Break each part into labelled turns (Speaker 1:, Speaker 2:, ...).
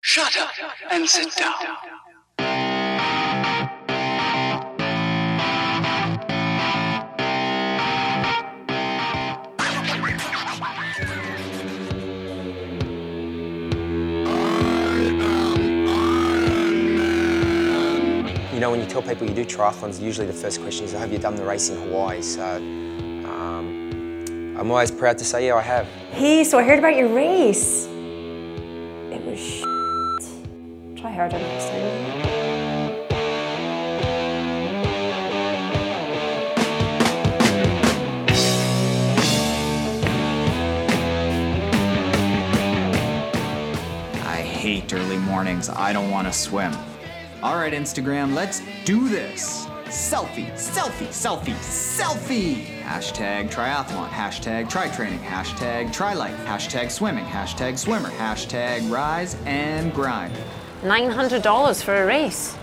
Speaker 1: Shut up and sit down.
Speaker 2: You know, when you tell people you do triathlons, usually the first question is, have you done the race in Hawaii? So um, I'm always proud to say, yeah, I have.
Speaker 3: Hey, so I heard about your race. It was shit. Try harder next time.
Speaker 4: I hate early mornings. I don't want to swim. All right, Instagram, let's do this. Selfie, selfie, selfie, selfie. Hashtag triathlon, hashtag tri training, hashtag tri life, hashtag swimming, hashtag swimmer, hashtag rise and grind.
Speaker 5: $900 for a race.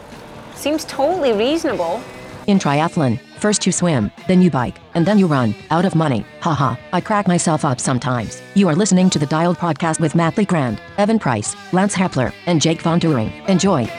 Speaker 5: Seems totally reasonable.
Speaker 6: In triathlon, first you swim, then you bike, and then you run. Out of money. Haha. I crack myself up sometimes. You are listening to the Dialed Podcast with Matt Lee Grand, Evan Price, Lance Hepler, and Jake Von Turing. Enjoy.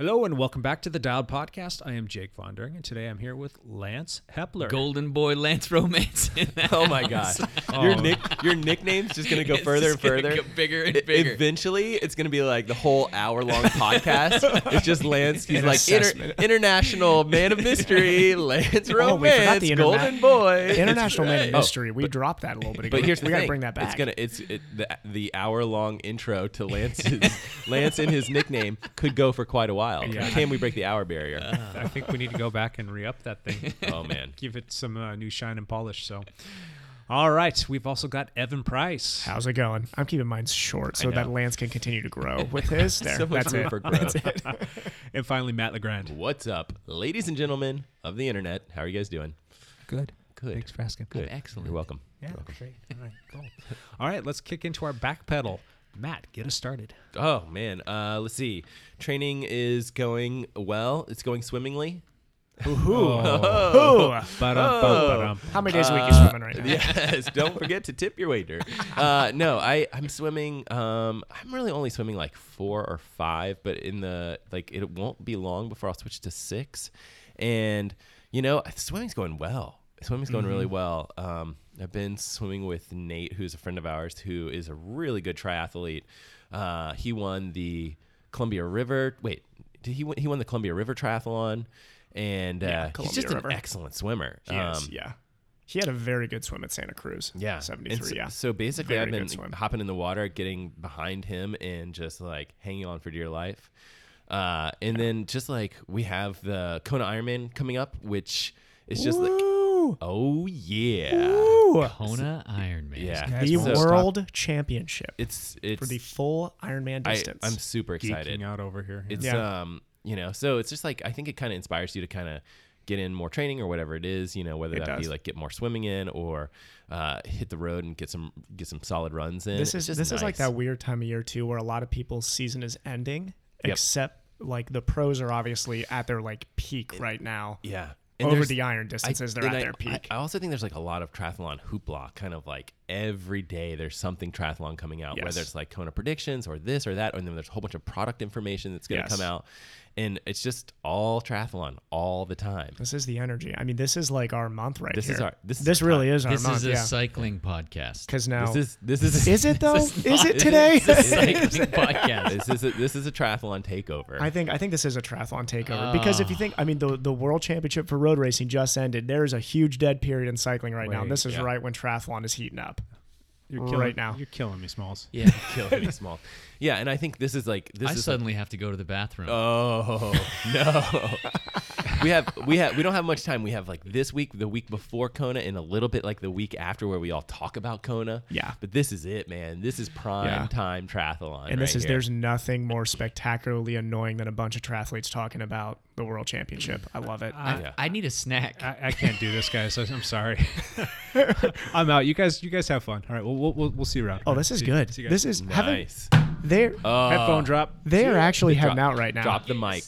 Speaker 7: Hello and welcome back to the Dialed Podcast. I am Jake Vondering, and today I'm here with Lance Hepler.
Speaker 8: Golden Boy Lance Romance. In that
Speaker 9: Oh my god.
Speaker 8: house.
Speaker 9: Your
Speaker 10: Oh.
Speaker 9: nick your nickname's just gonna go
Speaker 8: It's
Speaker 9: further
Speaker 8: just gonna
Speaker 9: and further.
Speaker 8: get bigger and
Speaker 9: E-
Speaker 8: bigger.
Speaker 9: Eventually it's gonna be like the whole hour long podcast. it's just Lance he's
Speaker 7: An
Speaker 9: like inter-
Speaker 7: assessment.
Speaker 9: international man of mystery, Lance
Speaker 10: Oh, we forgot
Speaker 9: Romance,
Speaker 10: the interna-
Speaker 9: Golden Boy.
Speaker 10: International Man of
Speaker 9: Oh,
Speaker 10: Mystery. we dropped that a little bit ago.
Speaker 9: But here's the
Speaker 10: we gotta
Speaker 9: thing.
Speaker 10: bring that back.
Speaker 9: It's gonna it's it, the, the hour long intro to Lance's Lance and his nickname could go for quite a while.
Speaker 7: Yeah.
Speaker 9: Can we break the hour barrier?
Speaker 10: Uh,
Speaker 7: I think we need to go back and re-up that thing.
Speaker 9: Oh man.
Speaker 7: Give it some uh, new shine and polish. So, all right, we've also got Evan Price.
Speaker 10: How's it going? I'm keeping mine short so that Lance can continue to grow with his. There,
Speaker 9: So much
Speaker 10: that's
Speaker 9: room
Speaker 10: it.
Speaker 9: for growth.
Speaker 7: and finally Matt Legrand.
Speaker 9: What's up, ladies and gentlemen of the internet? How are you guys doing?
Speaker 7: Good.
Speaker 9: Good.
Speaker 7: Thanks for asking.
Speaker 9: Good.
Speaker 8: excellent.
Speaker 9: You're welcome.
Speaker 7: Yeah. Great. All right. Cool. All right. Let's kick into our back pedal. Matt, get us started.
Speaker 9: Oh man, uh, let's see. Training is going well. It's going swimmingly.
Speaker 10: Oh,
Speaker 7: Ba-dum-bum-ba-dum.
Speaker 10: how many days a week you
Speaker 9: Uh,
Speaker 10: swimming right now?
Speaker 9: Yes. Don't forget to tip your waiter. Uh, no, I I'm swimming. Um, I'm really only swimming like four or five, but in the like it won't be long before I'll switch to six. And you know, swimming's going well. Swimming's going
Speaker 10: Mm-hmm.
Speaker 9: really well. Um, I've been swimming with Nate, who's a friend of ours, who is a really good triathlete. Uh, he won the Columbia River. Wait, did he win, he won the Columbia River Triathlon? And uh, he's
Speaker 10: Columbia
Speaker 9: just an
Speaker 10: River.
Speaker 9: excellent swimmer.
Speaker 10: Yes,
Speaker 9: Um,
Speaker 10: yeah. He had a very good swim at Santa Cruz.
Speaker 9: yeah, And
Speaker 10: 73.
Speaker 9: So,
Speaker 10: yeah.
Speaker 9: so basically,
Speaker 10: Very
Speaker 9: I've been
Speaker 10: good swim.
Speaker 9: hopping in the water, getting behind him, and just like hanging on for dear life. Uh, and then just like we have the Kona Ironman coming up, which is just like, oh yeah,
Speaker 8: Kona Iron Man.
Speaker 9: yeah,
Speaker 10: the
Speaker 9: So
Speaker 10: World Championship
Speaker 9: It's it's
Speaker 10: for the full Ironman
Speaker 9: I,
Speaker 10: distance.
Speaker 9: I'm super excited.
Speaker 7: Geeking out over here.
Speaker 9: It's
Speaker 10: Yeah.
Speaker 9: um, you know, so it's just like I think it kind of inspires you to kind of get in more training or whatever it is, you know, whether
Speaker 10: It
Speaker 9: that be
Speaker 10: does.
Speaker 9: like get more swimming in or uh, hit the road and get some get some solid runs in.
Speaker 10: this is
Speaker 9: It's just
Speaker 10: this is like
Speaker 9: nice.
Speaker 10: that weird time of year too where a lot of people's season is ending
Speaker 9: Yep.
Speaker 10: except like the pros are obviously at their like peak right now
Speaker 9: Yeah.
Speaker 10: over
Speaker 9: there's-
Speaker 10: the iron
Speaker 9: I-
Speaker 10: distances they're
Speaker 9: and
Speaker 10: at
Speaker 9: I-
Speaker 10: their peak
Speaker 9: I, I also think there's like a lot of triathlon hoopla, kind of like every day there's something triathlon coming out,
Speaker 10: Yes.
Speaker 9: whether it's like Kona predictions or this or that, and then there's a whole bunch of product information that's going to
Speaker 10: Yes.
Speaker 9: come out, and it's just all triathlon all the time.
Speaker 10: this is the energy i mean this is like our month right
Speaker 9: This
Speaker 10: here
Speaker 9: is our- this is
Speaker 10: this
Speaker 9: our
Speaker 10: really
Speaker 9: time.
Speaker 10: is our
Speaker 8: This
Speaker 10: month
Speaker 8: is a
Speaker 10: yeah
Speaker 8: cycling podcast.
Speaker 10: because now
Speaker 9: This is this is
Speaker 10: Is it though
Speaker 8: This
Speaker 10: is,
Speaker 8: not-
Speaker 10: it today
Speaker 8: This is a cycling podcast.
Speaker 9: this is a, this is a triathlon takeover.
Speaker 10: I think I think this is a triathlon takeover because
Speaker 8: Ah.
Speaker 10: if you think I mean the the world championship for road racing just ended. There is a huge dead period in cycling right now.
Speaker 7: Wait,
Speaker 10: And this is
Speaker 9: yeah.
Speaker 10: right when triathlon is heating up.
Speaker 7: You're killing,
Speaker 10: right now.
Speaker 7: You're killing me, Smalls.
Speaker 8: Yeah.
Speaker 9: killing me small. Yeah, and I think this is like this
Speaker 8: I
Speaker 9: is
Speaker 8: suddenly have to go to the bathroom.
Speaker 10: Uh,
Speaker 9: Oh no. we have we have we don't have much time. We have like this week, the week before Kona, and a little bit like the week after where we all talk about Kona.
Speaker 10: Yeah.
Speaker 9: But this is it, man. This is prime
Speaker 10: Yeah.
Speaker 9: time triathlon.
Speaker 10: And this
Speaker 9: right
Speaker 10: is
Speaker 9: here.
Speaker 10: there's nothing more spectacularly annoying than a bunch of triathletes talking about the world championship. I love it.
Speaker 8: I,
Speaker 9: yeah.
Speaker 8: I need a snack.
Speaker 7: I, I can't do this, guys. I- I'm sorry. I'm out. You guys, you guys have fun. All right. Well, we'll, we'll, we'll see you around.
Speaker 10: oh, this is
Speaker 7: See-
Speaker 10: good.
Speaker 7: see you guys.
Speaker 10: This is having
Speaker 9: nice.
Speaker 10: they're
Speaker 9: Oh.
Speaker 7: headphone drop.
Speaker 10: they are actually heading out right now.
Speaker 9: Drop the mic.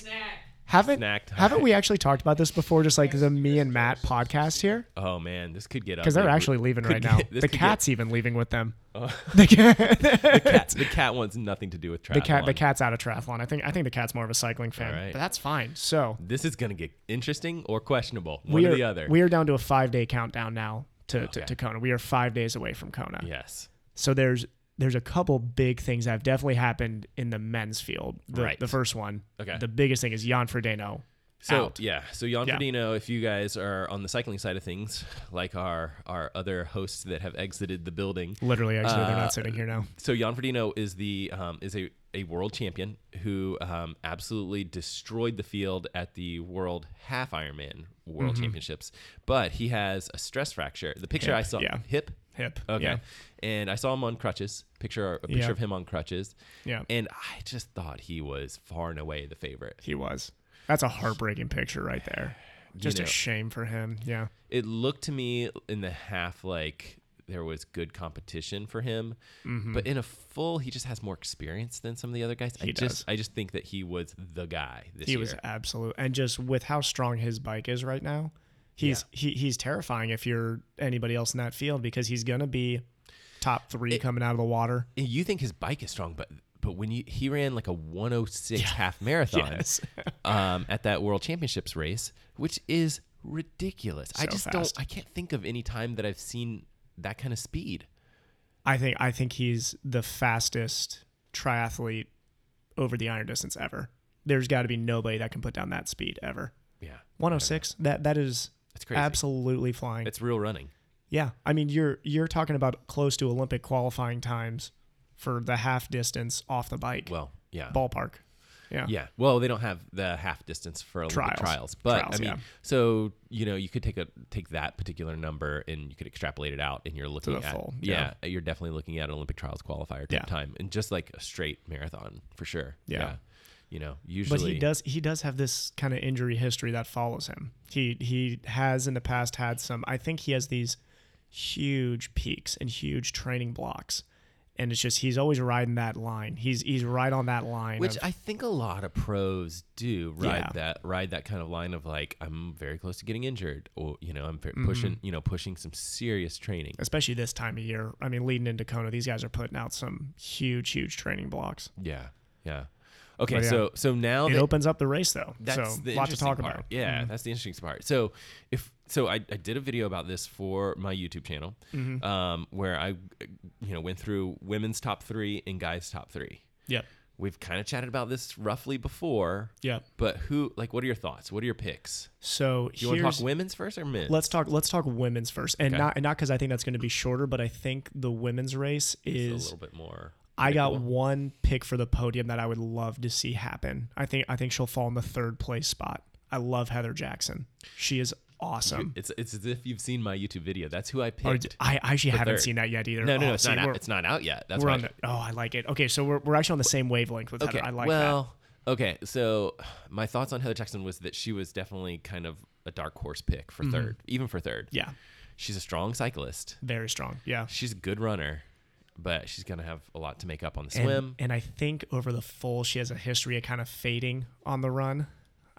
Speaker 10: Haven't
Speaker 9: Snacked
Speaker 10: haven't we actually talked about this before? Just like the me and Matt podcast here,
Speaker 9: Oh man, this could get up
Speaker 10: because they're actually leaving right now. The cat's even leaving with them. The cat,
Speaker 9: the cat. The cat wants nothing to do with triathlon.
Speaker 10: the cat, the cat's out of triathlon. I think I think the cat's more of a cycling fan,
Speaker 9: right.
Speaker 10: but that's fine. So
Speaker 9: This is gonna get interesting or questionable. One
Speaker 10: we
Speaker 9: or
Speaker 10: are
Speaker 9: the other.
Speaker 10: we are down to a five day countdown now to, to,
Speaker 9: Okay.
Speaker 10: to Kona. We are five days away from Kona.
Speaker 9: yes.
Speaker 10: So there's there's a couple big things that have definitely happened in the men's field. The,
Speaker 9: Right.
Speaker 10: The first one.
Speaker 9: Okay.
Speaker 10: The biggest thing is Jan Frodeno.
Speaker 9: So
Speaker 10: out.
Speaker 9: yeah, so Jan
Speaker 10: Yeah.
Speaker 9: Frodeno, if you guys are on the cycling side of things, like our our other hosts that have exited the building,
Speaker 10: Literally, actually, they're
Speaker 9: uh,
Speaker 10: not sitting here now.
Speaker 9: so Jan Frodeno is the um, is a, a world champion who um, absolutely destroyed the field at the World Half Ironman World
Speaker 10: Mm-hmm.
Speaker 9: Championships, but he has a stress fracture. The picture I saw,
Speaker 10: yeah.
Speaker 9: hip,
Speaker 10: Hip,
Speaker 9: okay,
Speaker 10: yeah.
Speaker 9: and I saw him on crutches. Picture a picture
Speaker 10: Yeah.
Speaker 9: of him on crutches,
Speaker 10: Yeah.
Speaker 9: and I just thought he was far and away the favorite.
Speaker 10: He was. That's a heartbreaking picture right there. Just
Speaker 9: know.
Speaker 10: a shame for him. Yeah.
Speaker 9: it looked to me in the half like there was good competition for him, but in a full, he just has more experience than some of the other guys. I
Speaker 10: Mm-hmm. He
Speaker 9: just,
Speaker 10: does.
Speaker 9: I just think that he was the guy this
Speaker 10: He
Speaker 9: year.
Speaker 10: was absolute. And just with how strong his bike is right now, he's he, he's terrifying if you're anybody else in that field because he's gonna be top three coming out of the water.
Speaker 9: And you think his bike is strong, but but when you he ran like a 106 half marathon
Speaker 10: Yes.
Speaker 9: um, at that World Championships race, which is ridiculous. I
Speaker 10: So
Speaker 9: just don't,
Speaker 10: fast.
Speaker 9: I can't think of any time that I've seen that kind of speed.
Speaker 10: I think I think he's the fastest triathlete over the iron distance ever. There's got to be nobody that can put down that speed ever.
Speaker 9: Yeah,
Speaker 10: 106. That that is
Speaker 9: That's crazy.
Speaker 10: absolutely flying.
Speaker 9: it's real running.
Speaker 10: yeah, I mean you're you're talking about close to Olympic qualifying times for the half distance off the bike.
Speaker 9: Well, yeah,
Speaker 10: ballpark. Yeah.
Speaker 9: Yeah. Well, they don't have the half distance for Olympic trials,
Speaker 10: Oh. Trials.
Speaker 9: but I
Speaker 10: Trials,
Speaker 9: mean,
Speaker 10: yeah.
Speaker 9: so you know, you could take a take that particular number and you could extrapolate it out, and you're looking
Speaker 10: the
Speaker 9: at
Speaker 10: full,
Speaker 9: yeah. you're definitely looking at an Olympic trials qualifier type
Speaker 10: Yeah.
Speaker 9: time, and just like a straight marathon for sure.
Speaker 10: Yeah.
Speaker 9: You know,
Speaker 10: But
Speaker 9: usually,
Speaker 10: he does he does have this kind of injury history that follows him. He he has in the past had some I think he has these huge peaks and huge training blocks. And it's just he's always riding that line. He's he's right on that line.
Speaker 9: Which
Speaker 10: of-
Speaker 9: I think a lot of pros do ride
Speaker 10: Yeah.
Speaker 9: that ride that kind of line of like I'm very close to getting injured, or you know I'm very pushing
Speaker 10: Mm-hmm.
Speaker 9: you know pushing some serious training.
Speaker 10: especially this time of year. I mean, leading into Kona, these guys are putting out some huge, huge training blocks.
Speaker 9: Yeah, yeah. Okay,
Speaker 10: But yeah.
Speaker 9: so so now
Speaker 10: It
Speaker 9: that,
Speaker 10: opens up the race though.
Speaker 9: that's
Speaker 10: so
Speaker 9: the
Speaker 10: lot to
Speaker 9: interesting
Speaker 10: talk
Speaker 9: part.
Speaker 10: about. Mm-hmm.
Speaker 9: Yeah, that's the interesting part. So if so, I, I did a video about this for my YouTube channel,
Speaker 10: Mm-hmm.
Speaker 9: um, where I, you know, went through women's top three and guys top three.
Speaker 10: Yep.
Speaker 9: We've kind of chatted about this roughly before.
Speaker 10: Yep.
Speaker 9: But who, like, what are your thoughts? What are your picks?
Speaker 10: So
Speaker 9: Do you want to talk
Speaker 10: here's-
Speaker 9: women's first or men's?
Speaker 10: Let's talk. Let's talk women's first, and not and not because I think that's going to be shorter, but I think the women's race
Speaker 9: It's a
Speaker 10: is.
Speaker 9: little bit more.
Speaker 10: I got
Speaker 9: predictable.
Speaker 10: one pick for the podium that I would love to see happen. I think I think she'll fall in the third place spot. I love Heather Jackson. She is awesome.
Speaker 9: It's it's as if you've seen my YouTube video. That's who I
Speaker 10: Or-
Speaker 9: picked.
Speaker 10: I I actually haven't
Speaker 9: third.
Speaker 10: seen that yet either.
Speaker 9: no, no,
Speaker 10: Oh,
Speaker 9: no, it's
Speaker 10: see,
Speaker 9: not out,
Speaker 10: we're-
Speaker 9: it's not out yet. That's
Speaker 10: we're
Speaker 9: why
Speaker 10: on the, oh, I like it. Okay, so we're, we're actually on the same wavelength with Heather. I like that.
Speaker 9: well, okay. So my thoughts on Heather Jackson was that she was definitely kind of a dark horse pick for third, even for third.
Speaker 10: Mm-hmm. Yeah,
Speaker 9: She's a strong cyclist.
Speaker 10: very strong. Yeah.
Speaker 9: She's a good runner, but she's going to have a lot to make up on the
Speaker 10: And-
Speaker 9: swim.
Speaker 10: And I think over the full, she has a history of kind of fading on the run.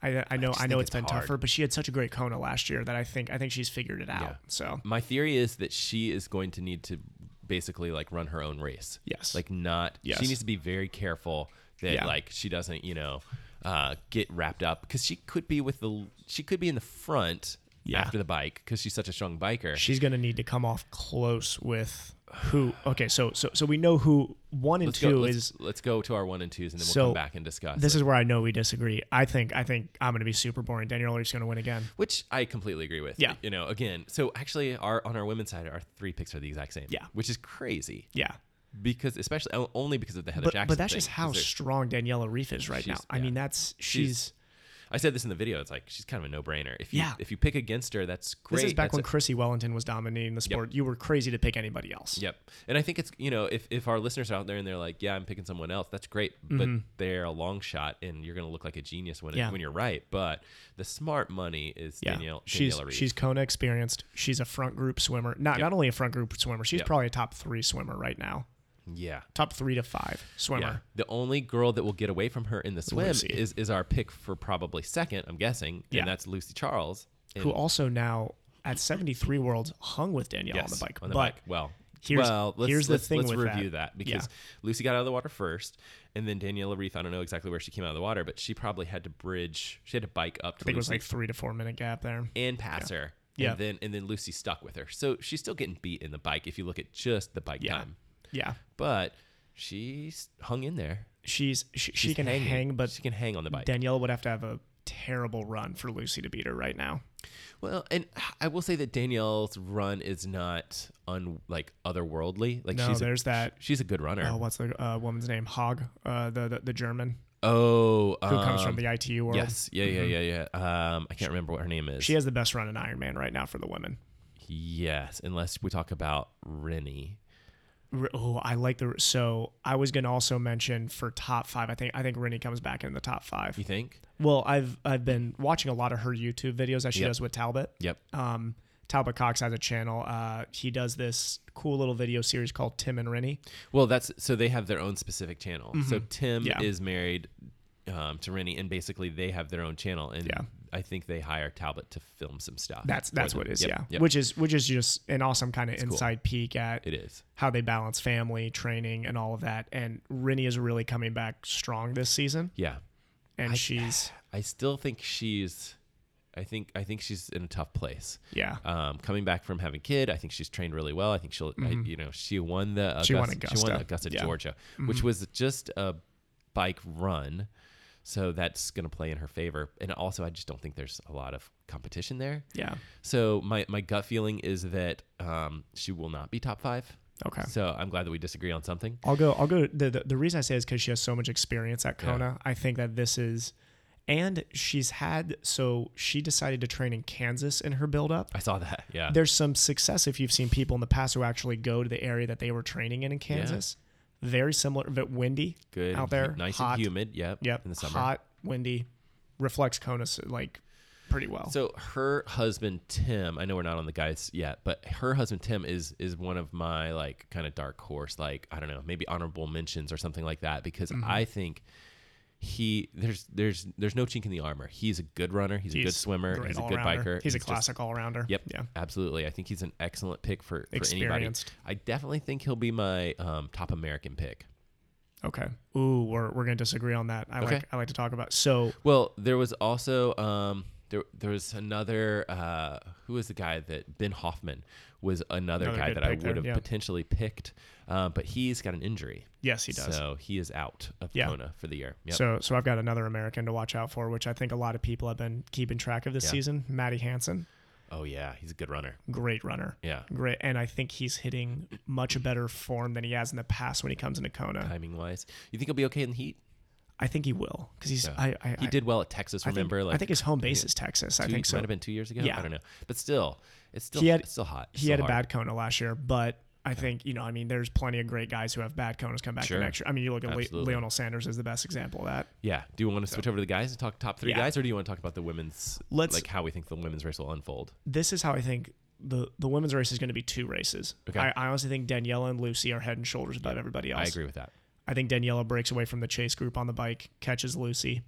Speaker 10: I, I know I, know
Speaker 9: think
Speaker 10: it's
Speaker 9: it's
Speaker 10: been
Speaker 9: hard.
Speaker 10: tougher, but she had such a great Kona last year that I think I think she's figured it out.
Speaker 9: Yeah.
Speaker 10: So
Speaker 9: my theory is that she is going to need to basically like run her own race.
Speaker 10: Yes.
Speaker 9: Like not
Speaker 10: Yes.
Speaker 9: she needs to be very careful that
Speaker 10: Yeah.
Speaker 9: like she doesn't, you know, uh, get wrapped up cuz she could be with the she could be in the front
Speaker 10: Yeah.
Speaker 9: after the bike cuz she's such a strong biker.
Speaker 10: she's gonna need to come off close with who? Okay, so so so we know who one and
Speaker 9: let's
Speaker 10: two
Speaker 9: go, let's,
Speaker 10: is.
Speaker 9: let's go to our one and twos and then we'll
Speaker 10: So
Speaker 9: come back and discuss
Speaker 10: This
Speaker 9: it.
Speaker 10: is where I know we disagree. I think I think I'm gonna be super boring. Daniel Oller's gonna win again.
Speaker 9: which I completely agree with.
Speaker 10: Yeah.
Speaker 9: You know, again, so actually our on our women's side our three picks are the exact same.
Speaker 10: Yeah.
Speaker 9: Which is crazy.
Speaker 10: Yeah.
Speaker 9: Because especially only because of the Heather
Speaker 10: But,
Speaker 9: Jackson
Speaker 10: but that's
Speaker 9: thing,
Speaker 10: just
Speaker 9: 'cause
Speaker 10: how
Speaker 9: they're-
Speaker 10: strong Daniela Reef is right now.
Speaker 9: She's-
Speaker 10: I
Speaker 9: yeah.
Speaker 10: mean, that's
Speaker 9: She's-
Speaker 10: she's
Speaker 9: I said this in the video. It's like she's kind of a no-brainer. If you
Speaker 10: Yeah.
Speaker 9: if you pick against her, that's great.
Speaker 10: This is back
Speaker 9: That's
Speaker 10: when
Speaker 9: a-
Speaker 10: Chrissy Wellington was dominating the sport. You were crazy to pick anybody else.
Speaker 9: yep. And I think it's you know if if our listeners are out there and they're like, yeah, I'm picking someone else. That's great, but they're a long shot, and you're gonna look like a genius when it-
Speaker 10: Mm-hmm. Yeah.
Speaker 9: when you're right. But the smart money is Danielle.
Speaker 10: she's
Speaker 9: Daniela Reed.
Speaker 10: she's Kona experienced. She's a front group swimmer. Not not only a front group swimmer, she's
Speaker 9: Yep.
Speaker 10: probably a top three swimmer right now.
Speaker 9: Yeah.
Speaker 10: Top three to five swimmer.
Speaker 9: Yeah. The only girl that will get away from her in the swim
Speaker 10: Lucy.
Speaker 9: is is our pick for probably second, I'm guessing,
Speaker 10: Yeah.
Speaker 9: and that's Lucy Charles. And-
Speaker 10: who also now at 73 Worlds hung with Danielle on
Speaker 9: Yes,
Speaker 10: the bike.
Speaker 9: on the
Speaker 10: but
Speaker 9: bike. Well,
Speaker 10: here's,
Speaker 9: well, let's,
Speaker 10: here's
Speaker 9: let's,
Speaker 10: the thing
Speaker 9: let's
Speaker 10: with
Speaker 9: review that,
Speaker 10: Yeah.
Speaker 9: because Lucy got out of the water first, and then Daniela Reith. I don't know exactly where she came out of the water, but she probably had to bridge. She had to bike up
Speaker 10: I
Speaker 9: to
Speaker 10: think it was
Speaker 9: Lucy
Speaker 10: like three to four minute gap there.
Speaker 9: and pass her.
Speaker 10: Yeah.
Speaker 9: And then and then Lucy stuck with her. So she's still getting beat in the bike if you look at just the bike
Speaker 10: Yeah.
Speaker 9: time.
Speaker 10: Yeah.
Speaker 9: But she's hung in there.
Speaker 10: She's she, she
Speaker 9: She's
Speaker 10: can
Speaker 9: hanging.
Speaker 10: hang, but
Speaker 9: She can hang on the bike.
Speaker 10: Danielle would have to have a terrible run for Lucy to beat her right now.
Speaker 9: Well, and I will say that Danielle's run is not un like otherworldly. Like
Speaker 10: No,
Speaker 9: she's
Speaker 10: there's
Speaker 9: a,
Speaker 10: that-
Speaker 9: She's a good runner.
Speaker 10: Oh,
Speaker 9: Oh,
Speaker 10: what's the uh, woman's name? Hog, uh, the, the the German who comes from
Speaker 9: um,
Speaker 10: the ITU world.
Speaker 9: Yes, yeah, yeah, yeah, yeah. Um, I can't remember what her name is.
Speaker 10: She has the best run in Ironman right now for the women.
Speaker 9: yes, unless we talk about Rennie.
Speaker 10: R- Oh, I like the so. I was gonna also mention for top five. I think I think Rennie comes back in the top five.
Speaker 9: You think?
Speaker 10: Well, I've I've been watching a lot of her YouTube videos that she
Speaker 9: Yep.
Speaker 10: does with Talbot.
Speaker 9: Yep.
Speaker 10: Um, Talbot Cox has a channel. Uh, he does this cool little video series called Tim and Rennie.
Speaker 9: Well, that's so they have their own specific channel. So Tim
Speaker 10: Mm-hmm. Yeah.
Speaker 9: is married um, to Rennie, and basically they have their own channel. And
Speaker 10: Yeah.
Speaker 9: I think they hire Talbot to film some stuff.
Speaker 10: That's
Speaker 9: for
Speaker 10: that's
Speaker 9: them.
Speaker 10: what it is.
Speaker 9: Yep,
Speaker 10: yeah.
Speaker 9: yep.
Speaker 10: Which is which is just an awesome kind of
Speaker 9: cool.
Speaker 10: inside peek at
Speaker 9: it is.
Speaker 10: how they balance family, training, and all of that. And Rennie is really coming back strong this season.
Speaker 9: Yeah.
Speaker 10: And she's
Speaker 9: I still think she's. I think I think she's in a tough place.
Speaker 10: yeah.
Speaker 9: um, coming back from having kid. I think she's trained really well. I think she'll, I, you know, she won the
Speaker 10: Mm-hmm.
Speaker 9: Augusta,
Speaker 10: She won
Speaker 9: she won
Speaker 10: Augusta.
Speaker 9: Augusta,
Speaker 10: Yeah. Mm-hmm.
Speaker 9: Georgia, which was just a bike run. So that's going to play in her favor. And also, I just don't think there's a lot of competition there.
Speaker 10: Yeah.
Speaker 9: So my, my gut feeling is that um, she will not be top five.
Speaker 10: Okay.
Speaker 9: So I'm glad that we disagree on something.
Speaker 10: I'll go. I'll go. The, the, the reason I say is because she has so much experience at Kona. I think that this is, and she's had. So she decided to train in Kansas in her buildup.
Speaker 9: I saw that. Yeah.
Speaker 10: There's some success if you've seen people in the past who actually go to the area that they were training in in Kansas. Very similar, but windy
Speaker 9: Good.
Speaker 10: out there.
Speaker 9: Nice
Speaker 10: hot,
Speaker 9: and humid. Yep.
Speaker 10: Yep.
Speaker 9: In the summer.
Speaker 10: Hot, windy, reflects Kona so, like pretty well.
Speaker 9: So her husband Tim, I know we're not on the guys yet, but her husband Tim is is one of my like kind of dark horse, like I don't know, maybe honorable mentions or something like that, because
Speaker 10: Mm-hmm.
Speaker 9: I think he there's there's there's no chink in the armor. He's a good runner. He's, a good swimmer.
Speaker 10: great
Speaker 9: He's a good
Speaker 10: all-rounder.
Speaker 9: biker.
Speaker 10: He's, a
Speaker 9: just-
Speaker 10: classic all rounder.
Speaker 9: Yep.
Speaker 10: Yeah.
Speaker 9: Absolutely. I think he's an excellent pick for, for anybody.
Speaker 10: Experienced.
Speaker 9: I definitely think he'll be my um, top American pick.
Speaker 10: Okay. Ooh, we're, we're gonna disagree on that. I
Speaker 9: Okay.
Speaker 10: like I like to talk about. So
Speaker 9: Well, there was also um, there there was another uh, who was the guy that Ben Hoffman was another,
Speaker 10: Another
Speaker 9: guy
Speaker 10: good
Speaker 9: that I
Speaker 10: pick there,
Speaker 9: would have
Speaker 10: yeah.
Speaker 9: potentially picked, uh, but he's got an injury.
Speaker 10: yes, he does.
Speaker 9: So he is out of
Speaker 10: Yeah.
Speaker 9: Kona for the year. Yep.
Speaker 10: So, so I've got another American to watch out for, which I think a lot of people have been keeping track of this
Speaker 9: Yeah.
Speaker 10: season. Maddie Hansen,
Speaker 9: oh yeah, he's a good runner.
Speaker 10: great runner.
Speaker 9: Yeah.
Speaker 10: Great. And I think he's hitting much better form than he has in the past when he comes into Kona.
Speaker 9: Timing wise, you think he'll be okay in the heat?
Speaker 10: I think he will because he's, I, I,
Speaker 9: He
Speaker 10: I-
Speaker 9: did well at Texas.
Speaker 10: I think,
Speaker 9: Remember, like
Speaker 10: I think his home base is Texas. I
Speaker 9: two-
Speaker 10: think so.
Speaker 9: Might have been two years ago.
Speaker 10: Yeah.
Speaker 9: I don't know, but still, it's still
Speaker 10: He had-
Speaker 9: it's still hot.
Speaker 10: he had a bad Kona last year, but I think, you know, I mean, there's plenty of great guys who have bad Konas come back the
Speaker 9: Sure.
Speaker 10: next year. I mean, you look at Le-
Speaker 9: Absolutely.
Speaker 10: Leonel Sanders is the best example of that.
Speaker 9: Yeah. Do you want to switch over to the guys and talk top three
Speaker 10: Yeah.
Speaker 9: guys, or do you want to talk about the women's?
Speaker 10: Let's-
Speaker 9: like how we think the women's race will unfold.
Speaker 10: this is how I think the the women's race is going to be two races.
Speaker 9: Okay.
Speaker 10: I, I honestly think Daniela and Lucy are head and shoulders above everybody else.
Speaker 9: I agree with that.
Speaker 10: I think Daniela breaks away from the chase group on the bike, catches Lucy.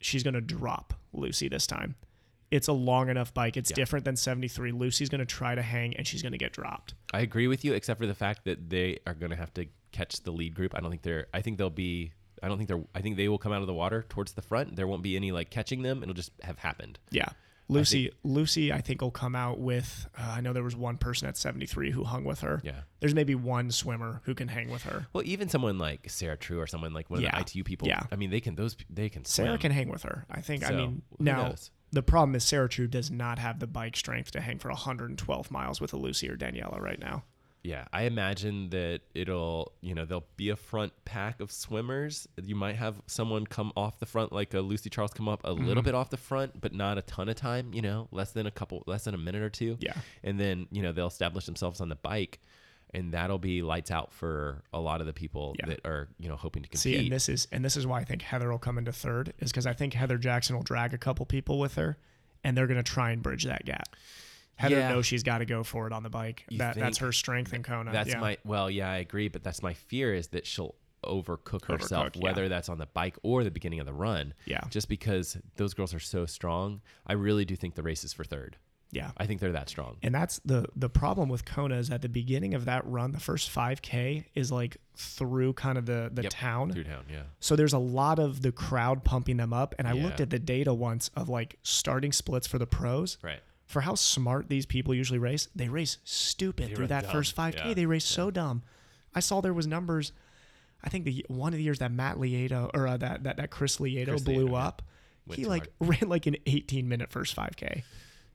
Speaker 10: She's going to drop Lucy this time. It's a long enough bike. It's different than 73. Lucy's going to try to hang and she's going to get dropped.
Speaker 9: I agree with you, except for the fact that they are going to have to catch the lead group. I don't think they're. I think they'll be. I don't think they're. I think they will come out of the water towards the front. There won't be any like catching them. It'll just have happened.
Speaker 10: Yeah. Lucy, Lucy, I think will come out with. Uh, I know there was one person at 73 who hung with her.
Speaker 9: Yeah.
Speaker 10: There's maybe one swimmer who can hang with her.
Speaker 9: Well, even someone like Sarah True or someone like one
Speaker 10: Yeah.
Speaker 9: of the ITU people.
Speaker 10: Yeah.
Speaker 9: I mean, they can. Those pe- they can.
Speaker 10: Sarah
Speaker 9: swim.
Speaker 10: can hang with her. I think. I
Speaker 9: So,
Speaker 10: mean,
Speaker 9: who
Speaker 10: now
Speaker 9: knows?
Speaker 10: the problem is Sarah True does not have the bike strength to hang for 112 miles with a Lucy or Daniela right now.
Speaker 9: Yeah, I imagine that it'll. You know, there'll be a front pack of swimmers. You might have someone come off the front, like a Lucy Charles, come up a
Speaker 10: Mm-hmm.
Speaker 9: little bit off the front, but not a ton of time. You know, less than a couple, less than a minute or two.
Speaker 10: Yeah.
Speaker 9: and then you know they'll establish themselves on the bike and that'll be lights out for a lot of the people
Speaker 10: Yeah.
Speaker 9: that are you know hoping to compete
Speaker 10: See, and this is and this is why I think Heather will come into third is because I think Heather Jackson will drag a couple people with her, and they're going to try and bridge that gap. Heather
Speaker 9: Yeah.
Speaker 10: knows she's got to go for it on the bike.
Speaker 9: You
Speaker 10: That, that's
Speaker 9: think?
Speaker 10: her strength in Kona.
Speaker 9: That's
Speaker 10: yeah.
Speaker 9: my well, yeah, I agree, but that's my fear is that she'll overcook herself,
Speaker 10: Overcook, yeah.
Speaker 9: whether that's on the bike or the beginning of the run.
Speaker 10: Yeah.
Speaker 9: Just because those girls are so strong, I really do think the race is for third.
Speaker 10: Yeah.
Speaker 9: I think they're that strong.
Speaker 10: And that's the the problem with Kona is at the beginning of that run, the first 5K is like through kind of the the
Speaker 9: Yep,
Speaker 10: town.
Speaker 9: through town, yeah.
Speaker 10: So there's a lot of the crowd pumping them up, and I looked
Speaker 9: Yeah.
Speaker 10: at the data once of like starting splits for the pros.
Speaker 9: Right.
Speaker 10: For how smart these people usually race, they race stupid
Speaker 9: They
Speaker 10: through
Speaker 9: run
Speaker 10: that
Speaker 9: dumb,
Speaker 10: first 5K.
Speaker 9: yeah,
Speaker 10: They race so dumb. I saw there was numbers. I think the one of the years that Matt Lieto or uh, that, that that Chris Lieto
Speaker 9: Chris
Speaker 10: blew
Speaker 9: Lieto, yeah.
Speaker 10: up,
Speaker 9: Went
Speaker 10: he
Speaker 9: too
Speaker 10: like ran like an 18 minute first 5K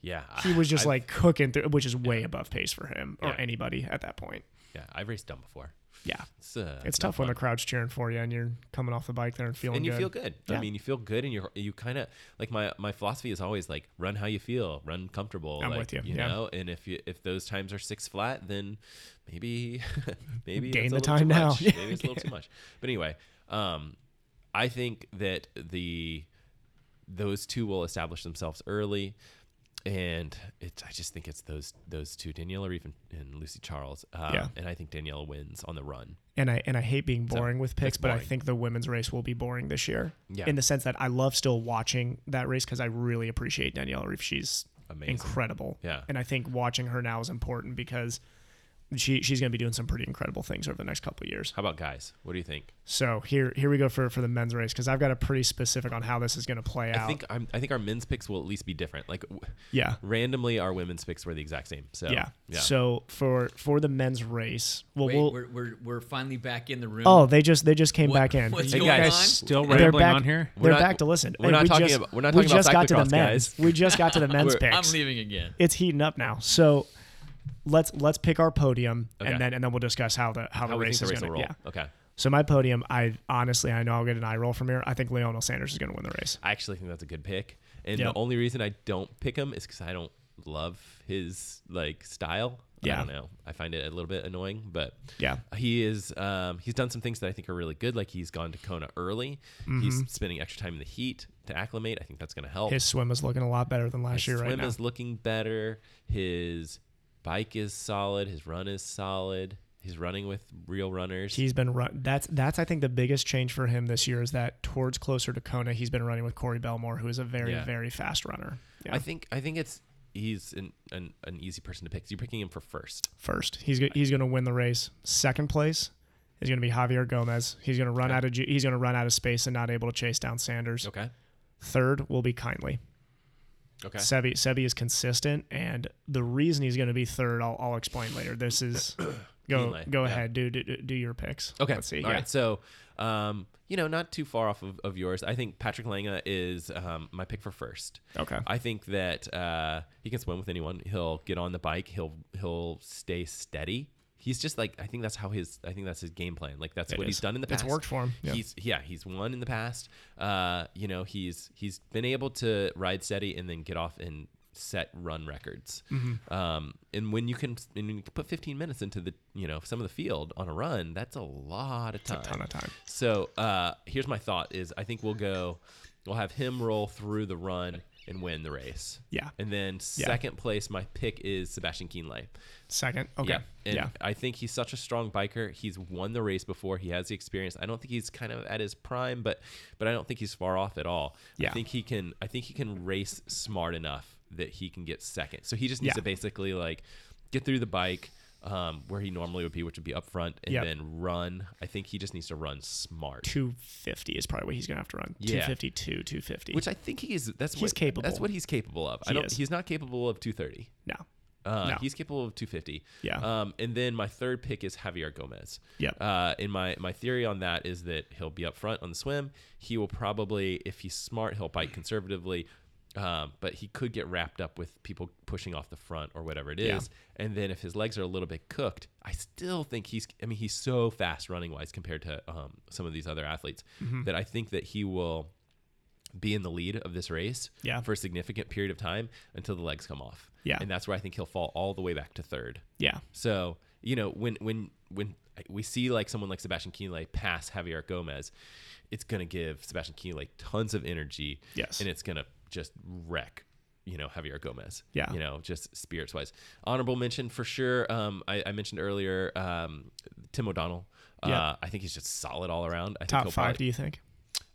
Speaker 9: Yeah.
Speaker 10: he was just
Speaker 9: I've-
Speaker 10: like cooking through, which is way above pace for him or
Speaker 9: Yeah.
Speaker 10: anybody at that point.
Speaker 9: Yeah, I've raced dumb before.
Speaker 10: Yeah,
Speaker 9: It's, uh,
Speaker 10: it's
Speaker 9: not
Speaker 10: tough when
Speaker 9: fun.
Speaker 10: the crowd's cheering for you and you're coming off the bike there and feeling
Speaker 9: and you
Speaker 10: good.
Speaker 9: feel good.
Speaker 10: Yeah.
Speaker 9: I mean, you feel good, and you're you kind of like my my philosophy is always like run how you feel, run comfortable.
Speaker 10: I'm
Speaker 9: like,
Speaker 10: with you, yeah.
Speaker 9: know, and if you if those times are six flat, then maybe maybe
Speaker 10: Gain
Speaker 9: it's a
Speaker 10: the
Speaker 9: little
Speaker 10: time
Speaker 9: too
Speaker 10: now.
Speaker 9: much.
Speaker 10: Yeah,
Speaker 9: maybe it's a little too much. But anyway, um, I think that the those two will establish themselves early. And it's I just think it's those those two Danielle or even and Lucy Charles. Um,
Speaker 10: Yeah.
Speaker 9: And I think Danielle wins on the run.
Speaker 10: and I and I hate being boring with picks, but I
Speaker 9: boring.
Speaker 10: think the women's race will be boring this year.
Speaker 9: Yeah.
Speaker 10: in the sense that I love still watching that race because I really appreciate Danielle Reef. She's
Speaker 9: Amazing.
Speaker 10: incredible.
Speaker 9: Yeah.
Speaker 10: and I think watching her now is important because. She, she's going to be doing some pretty incredible things over the next couple of years.
Speaker 9: How about guys? What do you think?
Speaker 10: So here here we go for, for the men's race because I've got a pretty specific on how this is going to play out.
Speaker 9: I think I'm, I think our men's picks will at least be different. Like, w-
Speaker 10: Yeah.
Speaker 9: randomly our women's picks were the exact same. So
Speaker 10: yeah. So for for the men's race, well,
Speaker 8: Wait,
Speaker 10: we'll
Speaker 8: we're, we're, we're finally back in the room.
Speaker 10: oh they just they just came
Speaker 8: What-
Speaker 10: back in.
Speaker 8: what's
Speaker 7: You
Speaker 8: going
Speaker 7: guys
Speaker 8: on?
Speaker 7: still
Speaker 10: They're
Speaker 7: rambling
Speaker 10: back-
Speaker 7: on here?
Speaker 10: They're
Speaker 9: not-
Speaker 10: back to listen.
Speaker 9: we're not talking about- we're not
Speaker 10: we
Speaker 9: talking about
Speaker 10: just got to the
Speaker 9: cyclocross,
Speaker 10: men's.
Speaker 9: guys.
Speaker 10: We just got to the men's
Speaker 8: We're-
Speaker 10: picks.
Speaker 8: I'm leaving again.
Speaker 10: It's heating up now. So let's let's pick our podium
Speaker 9: Okay.
Speaker 10: and then and then we'll discuss how the how,
Speaker 9: how
Speaker 10: the
Speaker 9: we
Speaker 10: race
Speaker 9: think the
Speaker 10: is
Speaker 9: race will
Speaker 10: going to
Speaker 9: roll?
Speaker 10: yeah.
Speaker 9: Okay.
Speaker 10: So my podium, I honestly I know I'll get an eye roll from here. I think Leonel Sanders is going to win the race.
Speaker 9: I actually think that's a good pick, and
Speaker 10: Yeah.
Speaker 9: the only reason I don't pick him is because I don't love his like style.
Speaker 10: Yeah.
Speaker 9: I don't know. I find it a little bit annoying, but
Speaker 10: Yeah.
Speaker 9: he is. Um, he's done some things that I think are really good. Like he's gone to Kona early. He's spending extra time in the heat to acclimate. I think that's going to help.
Speaker 10: Mm-hmm. His swim is looking a lot better than last
Speaker 9: His
Speaker 10: year
Speaker 9: swim
Speaker 10: right now.
Speaker 9: is looking better. His bike is solid. His run is solid. He's running with real runners.
Speaker 10: He's been run. That's that's I think the biggest change for him this year is that towards closer to Kona, he's been running with Corey Belmore, who is a very
Speaker 9: Yeah.
Speaker 10: very fast runner. Yeah,
Speaker 9: I think I think it's he's an, an, an easy person to pick. You're picking him for first.
Speaker 10: first he's go- he's going to win the race. Second place is going to be Javier Gomez. He's going to run out of ju- he's going to run out of space and not able to chase down Sanders.
Speaker 9: Okay.
Speaker 10: Third will be Kindly.
Speaker 9: Okay.
Speaker 10: Sebi Sebi is consistent, and the reason he's going to be third, I'll, I'll explain later. This is go
Speaker 9: Keeneland,
Speaker 10: go
Speaker 9: yeah.
Speaker 10: ahead, do, do do your picks.
Speaker 9: Okay.
Speaker 10: let's see.
Speaker 9: All
Speaker 10: yeah.
Speaker 9: right. So, um, you know, not too far off of, of yours. I think Patrick Langa is um, my pick for first.
Speaker 10: Okay.
Speaker 9: I think that uh, he can swim with anyone. He'll get on the bike. He'll he'll stay steady. He's just like I think that's how his I think that's his game plan. Like that's
Speaker 10: It
Speaker 9: what
Speaker 10: is.
Speaker 9: he's done in the
Speaker 10: It's
Speaker 9: past.
Speaker 10: worked for him, yeah.
Speaker 9: He's yeah he's won in the past. Uh, you know he's he's been able to ride steady and then get off and set run records.
Speaker 10: Mm-hmm.
Speaker 9: Um, and when you can and when you can put 15 minutes into the you know some of the field on a run, that's a lot of time.
Speaker 10: ton of time.
Speaker 9: So uh, here's my thought: is I think we'll go, we'll have him roll through the run and win the race.
Speaker 10: Yeah.
Speaker 9: And then second place, my pick is Sebastian Keenley.
Speaker 10: Second. Okay.
Speaker 9: Yeah. And
Speaker 10: yeah.
Speaker 9: I think he's such a strong biker. He's won the race before. He has the experience. I don't think he's kind of at his prime, but but I don't think he's far off at all.
Speaker 10: Yeah.
Speaker 9: I think he can I think he can race smart enough that he can get second. So he just needs
Speaker 10: Yeah.
Speaker 9: to basically like get through the bike um, where he normally would be, which would be up front, and
Speaker 10: Yep.
Speaker 9: then run. I think he just needs to run smart.
Speaker 10: 250 is probably what he's gonna have to run.
Speaker 9: Yeah.
Speaker 10: 252, 250.
Speaker 9: Which I think he is that's
Speaker 10: He's
Speaker 9: what,
Speaker 10: capable.
Speaker 9: That's what he's capable of. I
Speaker 10: He
Speaker 9: don't
Speaker 10: is.
Speaker 9: he's not capable of two thirty.
Speaker 10: no.
Speaker 9: Uh,
Speaker 10: No.
Speaker 9: He's capable of 250.
Speaker 10: Yeah.
Speaker 9: Um, and then my third pick is Javier Gomez.
Speaker 10: Yep.
Speaker 9: Uh, and my, my theory on that is that he'll be up front on the swim. He will probably, if he's smart, he'll bike conservatively. Um, but he could get wrapped up with people pushing off the front or whatever it
Speaker 10: Yeah.
Speaker 9: is. And then if his legs are a little bit cooked, I still think he's, I mean, he's so fast running wise compared to um, some of these other athletes
Speaker 10: Mm-hmm.
Speaker 9: that I think that he will be in the lead of this race
Speaker 10: Yeah.
Speaker 9: for a significant period of time until the legs come off.
Speaker 10: Yeah.
Speaker 9: And that's where I think he'll fall all the way back to third.
Speaker 10: Yeah.
Speaker 9: So, you know, when when when we see like someone like Sebastian Kienle pass Javier Gomez, it's going to give Sebastian Kienle tons of energy
Speaker 10: Yes.
Speaker 9: and it's going to just wreck you know Javier Gomez.
Speaker 10: Yeah.
Speaker 9: you know, just spirits wise. Honorable mention for sure. Um, I, I mentioned earlier, um, Tim O'Donnell. Uh,
Speaker 10: Yeah.
Speaker 9: I think he's just solid all around. I think
Speaker 10: Top
Speaker 9: he'll
Speaker 10: five,
Speaker 9: probably-
Speaker 10: do you think?